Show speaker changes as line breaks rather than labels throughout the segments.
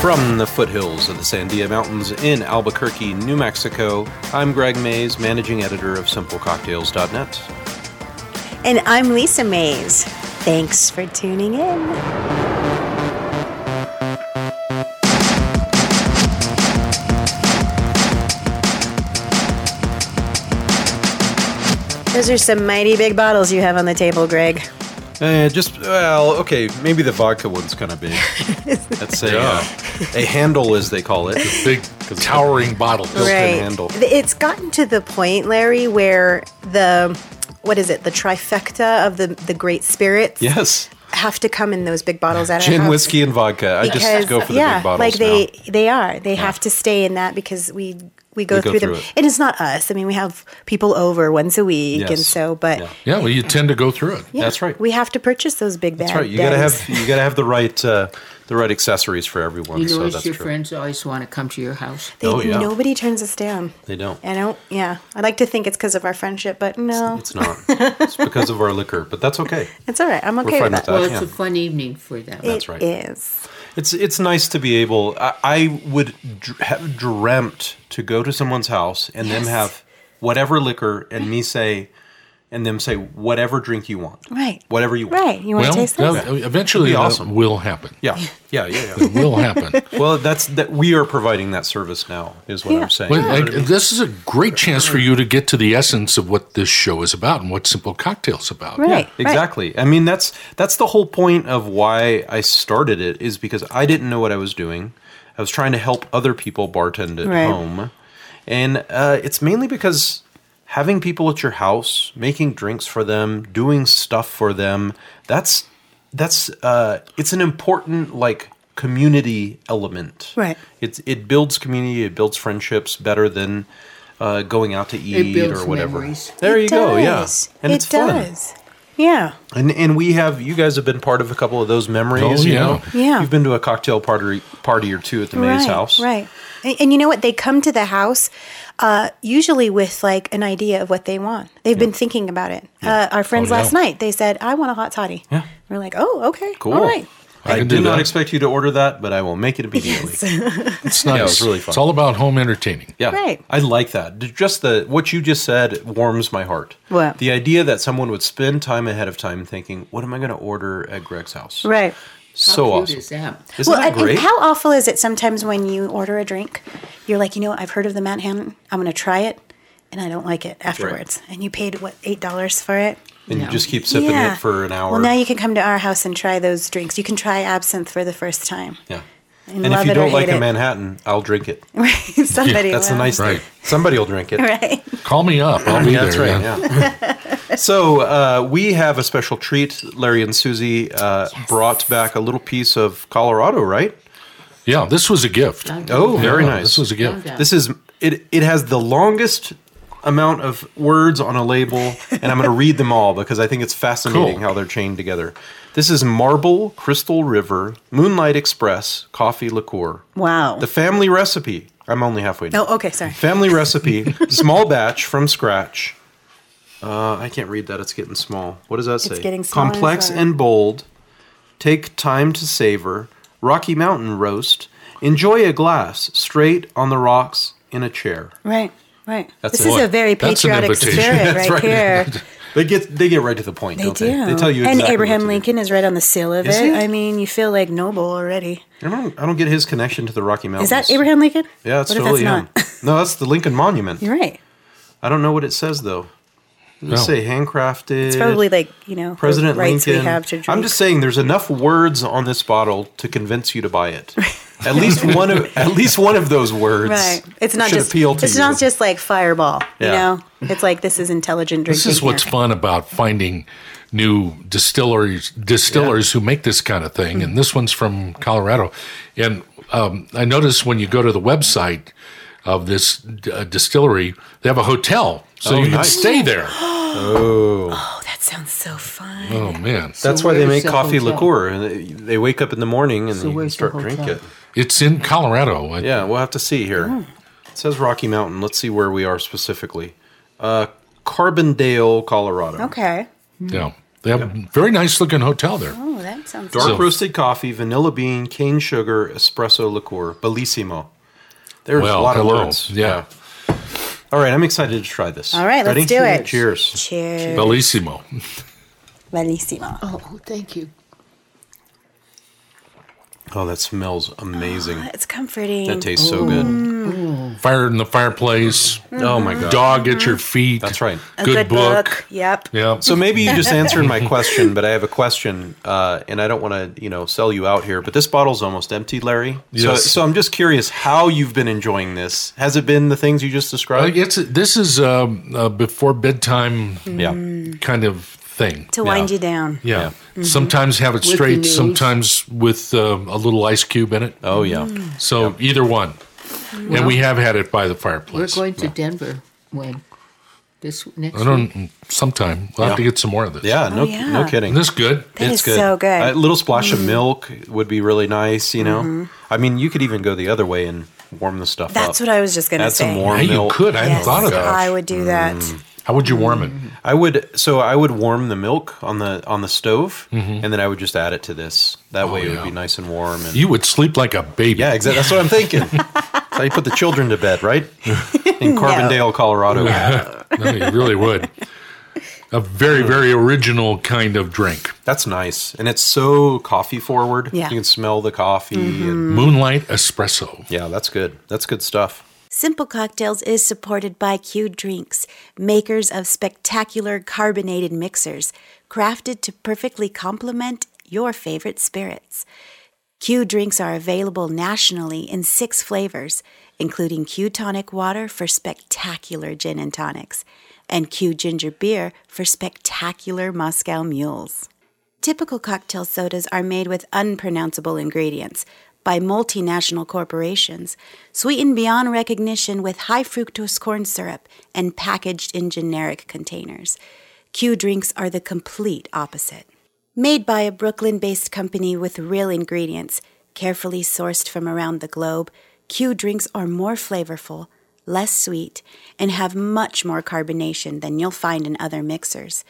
From the foothills of the Sandia Mountains in Albuquerque, New Mexico, I'm Greg Mays, managing editor of SimpleCocktails.net.
And I'm Lisa Mays. Thanks for tuning in. Those are some mighty big bottles you have on the table, Greg.
Eh, just well, okay, maybe the vodka one's kind of big. That's a uh, a handle, as they call it.
big towering bottle.
Built-in handle.
Th- It's gotten to the point, Larry, where the what is it? The trifecta of the the great spirits
Yes,
have to come in those big bottles at our
gin,
house.
whiskey, and vodka. I just go for the
Uh-huh. yeah,
big bottles
like they
now.
they are. They have to stay in that because we we go,
We go
through,
through
them.
it.
And it's not us. I mean, we have people over once a week, and
Yes.
so but
Yeah.
Yeah, well, you tend to go through it.
yeah,
That's right.
We have to purchase those big bags.
That's right. You gotta have you gotta have the right uh, the right accessories for everyone.
You
so
notice
that's
your
true.
friends always want to come to your house.
They,
Oh, yeah.
Nobody turns us down.
They don't.
I don't. Yeah, I like to think it's because of our friendship, but no, it's,
It's not. it's because of our liquor, but that's okay.
all right. I'm okay
fine with
with that.
that.
Well, it's
yeah.
a fun evening for them.
That's right.
It is.
It's it's nice to be able. I, I would dr- have dreamt to go to someone's house and them
Yes.
have whatever liquor and me say, and them say whatever drink you want.
Right.
Whatever you want.
Right. You want
Well,
to taste this?
that- eventually
It'd be
that
awesome.
will happen.
Yeah. Yeah. Yeah. yeah.
Will happen.
well, that's that. We are providing that service now. Is what
Yeah.
I'm saying.
Well, like, this is a great chance for you to get to the essence of what this show is about and what Simple Cocktail's about.
Right.
Exactly. I mean, that's that's the whole point of why I started it is because I didn't know what I was doing. I was trying to help other people bartend at
Right.
home, and uh, it's mainly because having people at your house, making drinks for them, doing stuff for them. That's that's uh, it's an important like community element.
Right.
It's it builds community. It builds friendships better than. Uh, going out to eat
builds
or whatever.
memories.
There
It
you go. Yeah,
does.
and
it
it's fun.
does. Yeah.
And and we have you guys have been part of a couple of those memories.
Oh,
you
yeah.
know?
Yeah.
You've been to a cocktail party party or two at the Mays
right,
house.
Right. And, and you know what? They come to the house uh, usually with like an idea of what they want. They've been thinking about it. Uh, our friends
Oh, yeah.
last night, they said, I want a hot toddy.
Yeah.
We're like, oh, okay.
Cool.
All right.
I
I,
can
did
do
not
that.
expect you to order that, but I will make it immediately.
It's nice.
Yeah, it was really fun.
It's all about home entertaining.
Yeah.
Right.
I like that. D- Just the what you just said warms my heart.
What?
The idea that someone would spend time ahead of time thinking, what am I going to order at Greg's house?
Right.
How
So
cute
awesome.
is that?
Isn't
well,
that
and- and
great?
how awful is it sometimes when you order a drink? You're like, you know, what? I've heard of the Manhattan. I'm going to try it. And I don't like it afterwards. And you paid, what, $8 for it?
and you
No.
just keep sipping it for an hour.
Well, now you can come to our house and try those drinks. You can try absinthe for the first time.
yeah.
and
And if
love
you
it or
don't like
hate
a
it.
Manhattan, I'll drink it.
Somebody.
That's the
will.
nice
Right.
thing. Somebody will drink it.
Right.
Call me up. I'll be
Yeah, that's
there.
right. Yeah. so uh, we have a special treat. Larry and Susie uh, brought back a little piece of Colorado, right?
Yeah, this was a gift.
Oh, very
Yeah,
nice.
This was a gift.
Yeah.
This is it. It has the longest amount of words on a label, and I'm going to read them all because I think it's fascinating
Cool.
how they're chained together. This is Marble, Crystal River, Moonlight Express, Coffee Liqueur.
Wow.
The family recipe. I'm only halfway. down.
Oh, okay, sorry.
Family recipe, small batch from scratch. Uh, I can't read that. It's getting small. What does that say?
getting smaller and
Complex
smaller.
and bold. Take time to savor. Rocky Mountain roast. Enjoy a glass straight on the rocks in a chair.
Right, right.
That's
this
a-
is a very
that's an
patriotic
invitation.
spirit right,
That's right.
here.
They get they get right to the point,
They
don't
do.
they? They tell you
and
exactly
Abraham
what to do.
Lincoln is right on the seal of
Is
it.
he?
I mean, you feel like noble already.
I don't, I don't get his connection to the Rocky Mountains.
Is that Abraham Lincoln?
Oh, Yeah, it's
what
totally
if that's
him. no, that's the Lincoln Monument.
You're right.
I don't know what it says though. Does it
No.
say handcrafted?
It's probably like you know the
President
rights
Lincoln.
we have to drink.
I'm just saying, there's enough words on this bottle to convince you to buy it. At least one of at least one of those words.
right. It's not
should
just
appeal to
it's
you.
not just like Fireball.
Yeah.
You know, it's like this is intelligent drinking.
This is what's
here.
fun about finding new distilleries distillers who make this kind of thing, and this one's from Colorado. And um, I noticed when you go to the website of this d- uh, distillery, they have a hotel, so
Oh,
you
nice.
can stay there.
Oh, that sounds so fun.
Oh man,
That's
So
why they
where's
make
the
coffee
hotel?
liqueur, and they- they wake up in the morning and
So
you can
where's the
start drinking
hotel?
it.
it's in Colorado. I-
Yeah, we'll have to see here.
Oh.
It says Rocky Mountain. Let's see where we are specifically. Uh, Carbondale, Colorado.
Okay.
yeah. They have a very nice looking hotel there.
Oh, that sounds
Dark
So-
roasted coffee, vanilla bean, cane sugar, espresso liqueur, bellissimo. There's
Well,
a lot
hello.
of words.
Yeah.
All right, I'm excited to try this.
All right, let's
Ready?
do it.
Cheers.
Cheers.
Bellissimo.
Bellissimo.
Oh, thank you.
Oh, that smells amazing.
It's comforting.
That tastes so good.
Fire in the fireplace.
Oh my god.
Dog at your feet.
That's right.
A
good, book.
Yep.
Yeah.
So maybe you just answered my question, but I have a question, uh, and I don't want to, you know, sell you out here. But this bottle's almost empty, Larry. So,
Yes.
so I'm just curious how you've been enjoying this. Has it been the things you just
Uh,
described?
it's this is um, a before bedtime
yeah.
kind of thing.
To Mm-hmm. wind
Yeah.
you down.
Yeah. Sometimes have it
the
straight,
news.
sometimes with um, a little ice cube in it.
Oh yeah.
Mm.
So either one. and we have had it by the fireplace.
We're going to Denver when this next
I
week.
don't sometime. We'll have to
Yeah.
get some more of this.
Yeah. No.
Oh, yeah.
No kidding.
Isn't this good?
That
it's
is so good. Mm.
A little splash of milk would be really nice, you know. I mean, you could even go the other way and warm the stuff up.
Mm-hmm. That's what I was just going to
Add
say.
some warm
Yeah, you
milk.
could. I hadn't
Yes,
thought of that.
I would do that.
How would you warm it?
I would so I would warm the milk on the on the stove and then I would just add it to this. That way it
Mm-hmm. Oh, yeah.
would be nice and warm and
You would sleep like a baby.
Yeah, exactly. That's what I'm thinking. That's how you put the children to bed, right? In Carbondale, Colorado.
no, you really would. A very,
Mm.
very original kind of drink.
Mm.
That's nice. And it's so coffee forward.
Yeah. Mm-hmm.
You can smell the coffee and
Moonlight espresso.
yeah, that's good. That's good stuff.
Simple Cocktails is supported by Q Drinks, makers of spectacular carbonated mixers crafted to perfectly complement your favorite spirits. Q Drinks are available nationally in six flavors, including Q Tonic Water for spectacular gin and tonics, and Q Ginger Beer for spectacular Moscow Mules. Typical cocktail sodas are made with unpronounceable ingredients by multinational corporations, sweetened beyond recognition with high fructose corn syrup, and packaged in generic containers. Q drinks are the complete opposite. Made by a Brooklyn based company with real ingredients, carefully sourced from around the globe, Q drinks are more flavorful, less sweet, and have much more carbonation than you'll find in other mixers.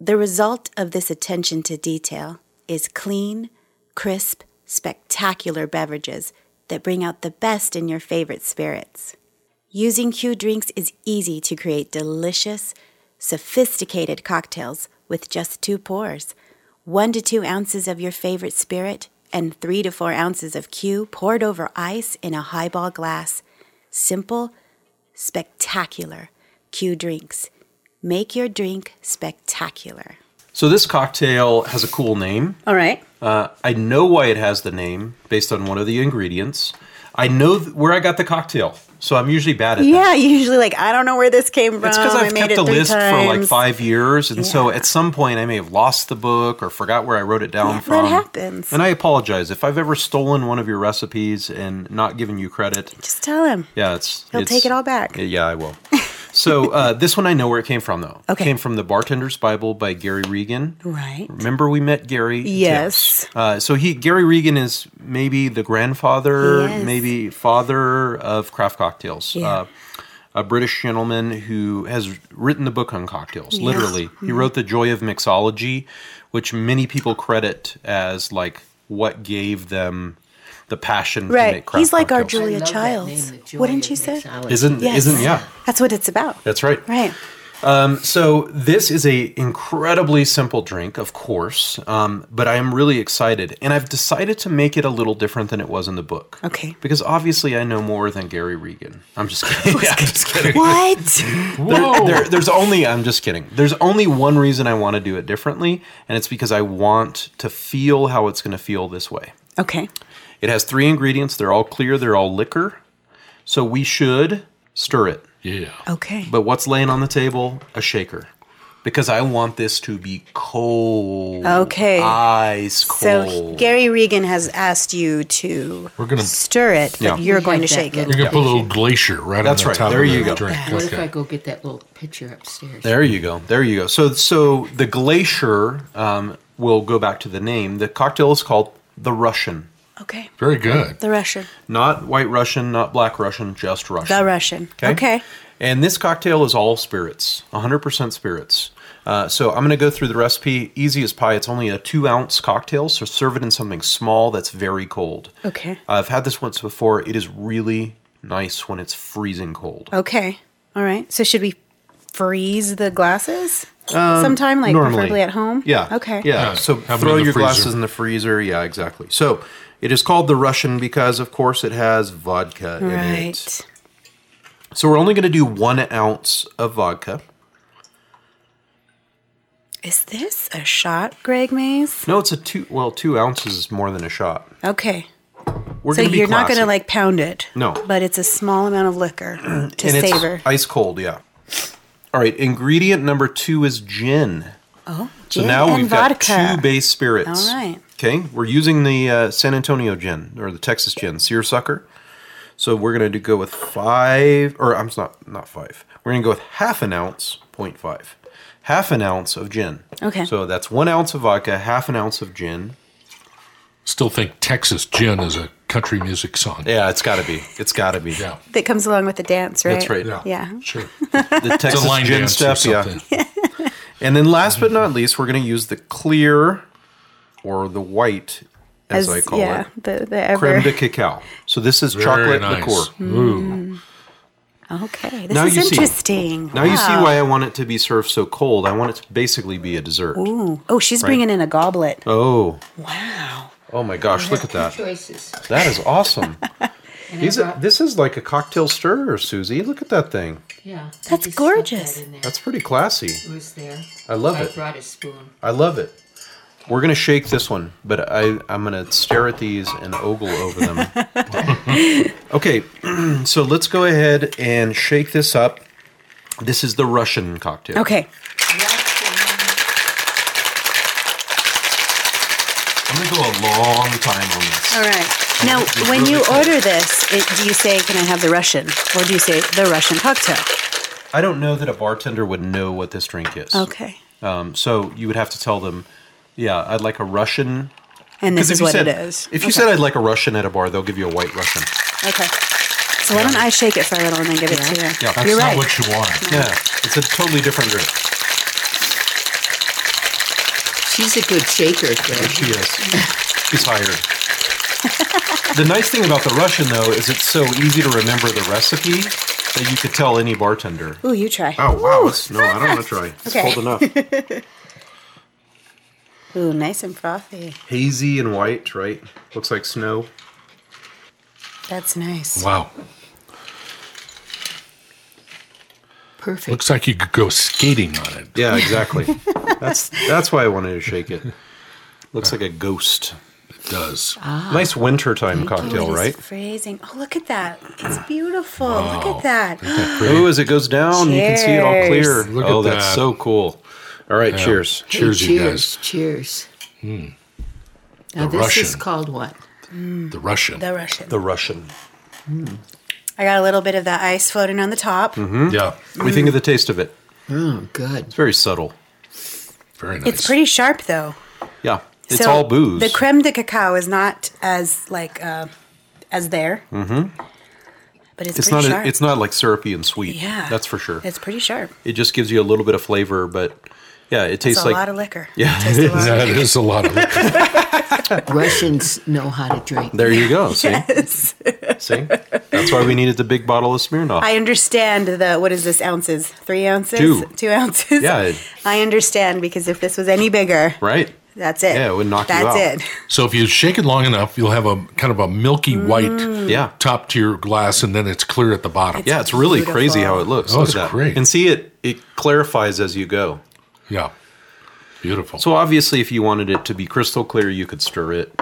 The result of this attention to detail is clean, crisp, spectacular beverages that bring out the best in your favorite spirits. Using Q drinks is easy to create delicious, sophisticated cocktails with just two pours. One to two ounces of your favorite spirit and three to four ounces of Q poured over ice in a highball glass. Simple, spectacular. Q drinks. Make your drink spectacular.
So this cocktail has a cool name.
All right.
Uh, I know why it has the name based on one of the ingredients. I know th- where I got the cocktail, so I'm ually bad at that.
Yeah, usually like I don't know where this came from.
It's because
I
I've
made
kept
it
a
three
list for like
times.
five years, and so
Yeah.
at some point I may have lost the book or forgot where I wrote it down
Yeah, that
from.
happens.
And I apologize if I've ever stolen one of your recipes and not given you credit.
Just tell him.
Yeah, it's
He'll
it's-
take it all back.
Yeah, I will. so uh, this one I know where it came from though. It
Okay.
came from the Bartender's Bible by Gary Regan.
Right.
Remember we met Gary?
Yes.
Uh, so he Gary Regan is maybe the grandfather,
Yes.
maybe father of craft cocktails.
Yeah.
Uh, a British gentleman who has written the book on cocktails. Literally,
Mm-hmm.
he wrote the Joy of Mixology, which many people credit as like what gave them the passion to
Right.
make craft
He's like our
cocktails.
Julia
I love that name,
Childs.
The Joy
Wouldn't
of
you say?
Mixology.
Isn't
Yes.
isn't yeah?
That's what it's about.
That's right.
Right.
So this is a incredibly simple drink, of course, um, but I am really excited, and I've decided to make it a little different than it was in the book.
Okay.
Because obviously, I know more than Gary Regan. I'm just kidding. Yeah, I'm just kidding.
What?
Whoa.
There- there's only I'm just kidding. There's only one reason I want to do it differently, and it's because I want to feel how it's going to feel this way.
okay.
It has three ingredients. They're all clear. They're all liquor. So we should stir it.
yeah.
Okay.
But what's laying on the table? A shaker. Because I want this to be cold.
Okay.
Ice cold.
So Gary Regan has asked you to
We're gonna-
stir it, but
Yeah.
you're
We
going to
had that
shake it.
You're gonna put a little glacier right
That's
on the
right.
top
There
of
you
the
go.
drink.
What if
Okay.
I go get that little picture upstairs?
there you go. There you go. So so the glacier um, will go back to the name. The cocktail is called the Russian.
Okay.
Very good.
The Russian.
Not white Russian, not black Russian, just Russian.
The Russian. Okay.
And this cocktail is all spirits, 100% spirits. Uh, so I'm going to go through the recipe. Easy as pie. It's only a two ounce cocktail, so serve it in something small that's very cold. Uh,
Okay.
I've had this once before. It is really nice when it's freezing
Oh,
cold.
Okay. All right. So should we freeze the glasses sometime, like
Um, normally.
preferably at home?
Yeah.
Okay.
Yeah.
Yeah.
So
Have 'em
throw
in the
your
freezer.
glasses in the freezer. Yeah, exactly. So it is called the Russian because, of course, it has vodka in it.
Right.
So we're only going to do one ounce of vodka.
Is this a shot, Greg Mays?
No, it's a two. Well, two ounces is more than a shot.
Okay.
We're
so
gonna be
you're not going to
classy.
like pound it.
No.
But it's a small amount of liquor to
and
savor.
It's ice cold, yeah. All right, ingredient number two is gin.
oh,
So
gin
now
and
we've
vodka.
got two base spirits.
All right.
Okay, we're using the uh, San Antonio gin or the Texas gin, seersucker. So we're going to go with five, or I'm s- not not five. We're going to go with half an ounce, 0.5. half an ounce of gin.
Okay.
So that's one ounce of vodka, half an ounce of gin.
Still think Texas Gin is a country music song.
Yeah, it's got to be. It's got to be.
Yeah.
that comes along with the dance, right?
That's right.
Yeah.
Yeah.
Sure.
The Texas
It's a line
gin
dance
step.
or
Yeah.
something.
And then last but not least, we're going to use the clear or the white, as, I call
yeah,
it,
The, the ever.
creme de cacao. So this is
Very
chocolate
nice.
liqueur.
Mm.
Ooh.
Okay. This
Now
is
you see.
interesting.
Now you see why I want it to be served so cold. I want it to basically be a dessert.
Ooh. Oh, she's bringing in a goblet.
Oh,
Wow.
oh my gosh! Look at that.
Choices.
That is awesome.
And I
These,
brought-
this is like a cocktail stirrer, Susie. Look at that thing.
yeah, I just
That's
stuck
gorgeous.
That in there.
That's pretty classy.
It was there.
I love it.
I brought a spoon.
I love it. We're gonna shake this one, but I I'm gonna stare at these and ogle over them. okay, so let's go ahead and shake this up. This is the Russian cocktail.
Okay.
I'm gonna go a long time on
All
this.
right. Now, when you order this, it, do you say, "Can I have the Russian?" or do you say the Russian cocktail?
I don't know that a bartender would know what this drink is.
Okay.
Um, so you would have to tell them, yeah, I'd like a Russian.
And
'Cause
this
if
is
you
what
said-
it is.
If you said I'd like a Russian at a bar, they'll give you a white Russian.
Okay. So why don't I shake it for a little and then give it to you?
Yeah, that's
That's
You're
not
right.
what you want.
Yeah, it's a totally different drink.
She's a good shaker,
She
though.
is. She's hired. the nice thing about the Russian, though, is it's so easy to remember the recipe that you could tell any bartender.
Ooh, you try.
it's- Oh, no, I don't want to try. It's
Okay.
cold enough.
Ooh, nice and frothy.
Hazy and white, right? Looks like snow.
That's nice.
Wow.
Perfect.
Looks like you could go skating on it.
Yeah, exactly. that's that's why I wanted to shake it. Looks like a ghost.
It does.
Ah.
Ah. Nice wintertime
Oh,
cocktail,
it is
right?
Phrasing. Oh, look at that. It's beautiful. Look at that.
Oh, as it goes down, you can see it all clear.
Cheers.
Look
oh,
at
that's
that.
so cool. All right, cheers.
Hey,
Cheers, you
cheers,
guys. Hmm.
Cheers. Now,
The
this is
Russian.
called what?
The Russian.
The Russian.
The Russian.
I got a little bit of that ice floating on the top.
Mm-hmm. Hmm?
Yeah.
What do you think of the taste of it?
Oh, good.
It's very subtle.
Very nice.
It's pretty sharp though.
Yeah, it's
So
all booze.
The creme de cacao is not as like uh, as there. Mm-hmm. But it's,
It's not.
pretty
A,
sharp.
it's not like syrupy and sweet.
yeah.
that's for sure.
It's pretty sharp.
It just gives you a little bit of flavor, but yeah, it
It's
tastes
a
like
lot of liquor.
Yeah,
Tastes
it
a lot of
That is a lot of liquor.
Russians know how to drink.
there you go. See,
Yes.
see, that's why we needed the big bottle of Smirnoff.
I understand the what is this ounces? Three ounces?
Two.
ounces?
Yeah, it-
I understand because if this was any bigger,
right?
that's it.
Yeah, it would knock you
that's
out.
That's it.
So if you shake it long enough, you'll have a kind of a milky
Mm.
white
Yeah.
top to your glass, and then it's clear at the bottom.
Yeah, it's really
Beautiful.
crazy how it looks.
Oh,
Look
it's
at that.
great.
And see, it it clarifies as you go.
Yeah. Beautiful.
So obviously, if you wanted it to be crystal clear, you could stir it.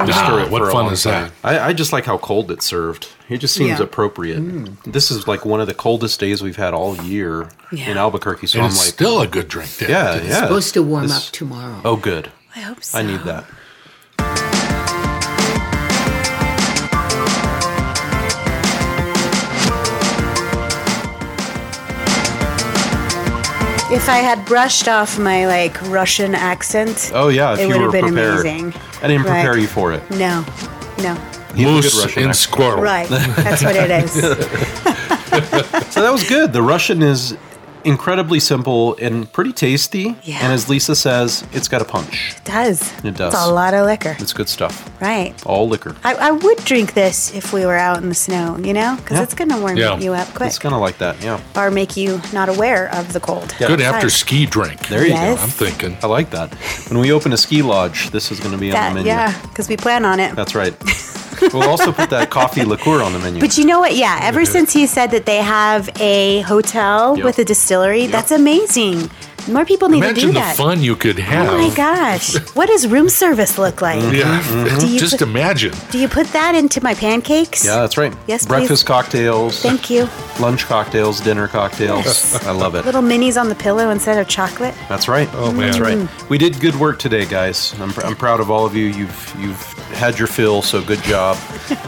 Ah,
stir it
what
for a
fun
long
is
time.
that?
I, I just like how cold it's served. It just seems
Yeah. Hmm.
appropriate. This is like one of the coldest days we've had all year
Yeah.
in Albuquerque. So
And
I'm
it's
like,
still a good drink. Dan.
yeah, yeah.
Supposed to warm
This-
up tomorrow.
Oh, good.
I hope so.
I need that.
If I had brushed off my like Russian accent,
Oh yeah, if
It
you
would've
were
been
prepared.
amazing.
I didn't
Right.
prepare you for it.
no, no,
You have a good
Moose
Russian
and
accent.
squirrel.
right. That's what it is.
So that was good. The Russian is incredibly simple and pretty tasty.
Yeah.
And as Lisa says, it's got a punch.
It does.
It does.
It's a lot of liquor.
It's good stuff.
Right.
All liquor.
I, I would drink this if we were out in the snow, you know, because
Yeah.
it's going to warm
Yeah.
you up quick
It's kind of like that. Yeah.
or make you not aware of the cold.
Good after
Fine.
ski drink.
There you
Yes.
go.
I'm thinking.
I like that. When we open a ski lodge, this is going to be on the
That,
menu.
yeah, because we plan on it.
That's right. we'll also put that coffee liqueur on the menu.
But you know what? Yeah, ever since he said that they have a hotel
Yep.
with a distillery, that's amazing. More people need to
Imagine
do
the
that.
fun you could have.
Oh my gosh. What does room service look like?
Mm.
Yeah,
Mm-hmm. Do you
just
put-
imagine.
Do you put that into my pancakes?
yeah, that's right.
Yes,
Breakfast cocktails,
Thank you.
lunch cocktails, dinner cocktails.
Yes.
I love it.
Little minis on the pillow instead of chocolate.
That's right.
Oh, man.
That's right.
Mm-hmm.
We did good work today, guys. I'm, pr- I'm proud of all of you. You've you've had your fill, so good job.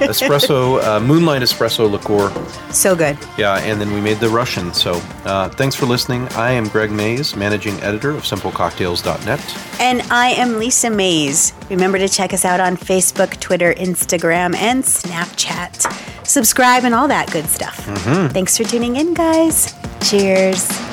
Espresso, uh, Moonlight Espresso liqueur.
So good.
Yeah, and then we made the Russian. So uh, thanks for listening. I am Greg Mays, managing editor of SimpleCocktails.net.
And I am Lisa Mays. Remember to check us out on Facebook, Twitter, Instagram, and Snapchat. Subscribe and all that good stuff. Thanks for tuning in, guys. Cheers.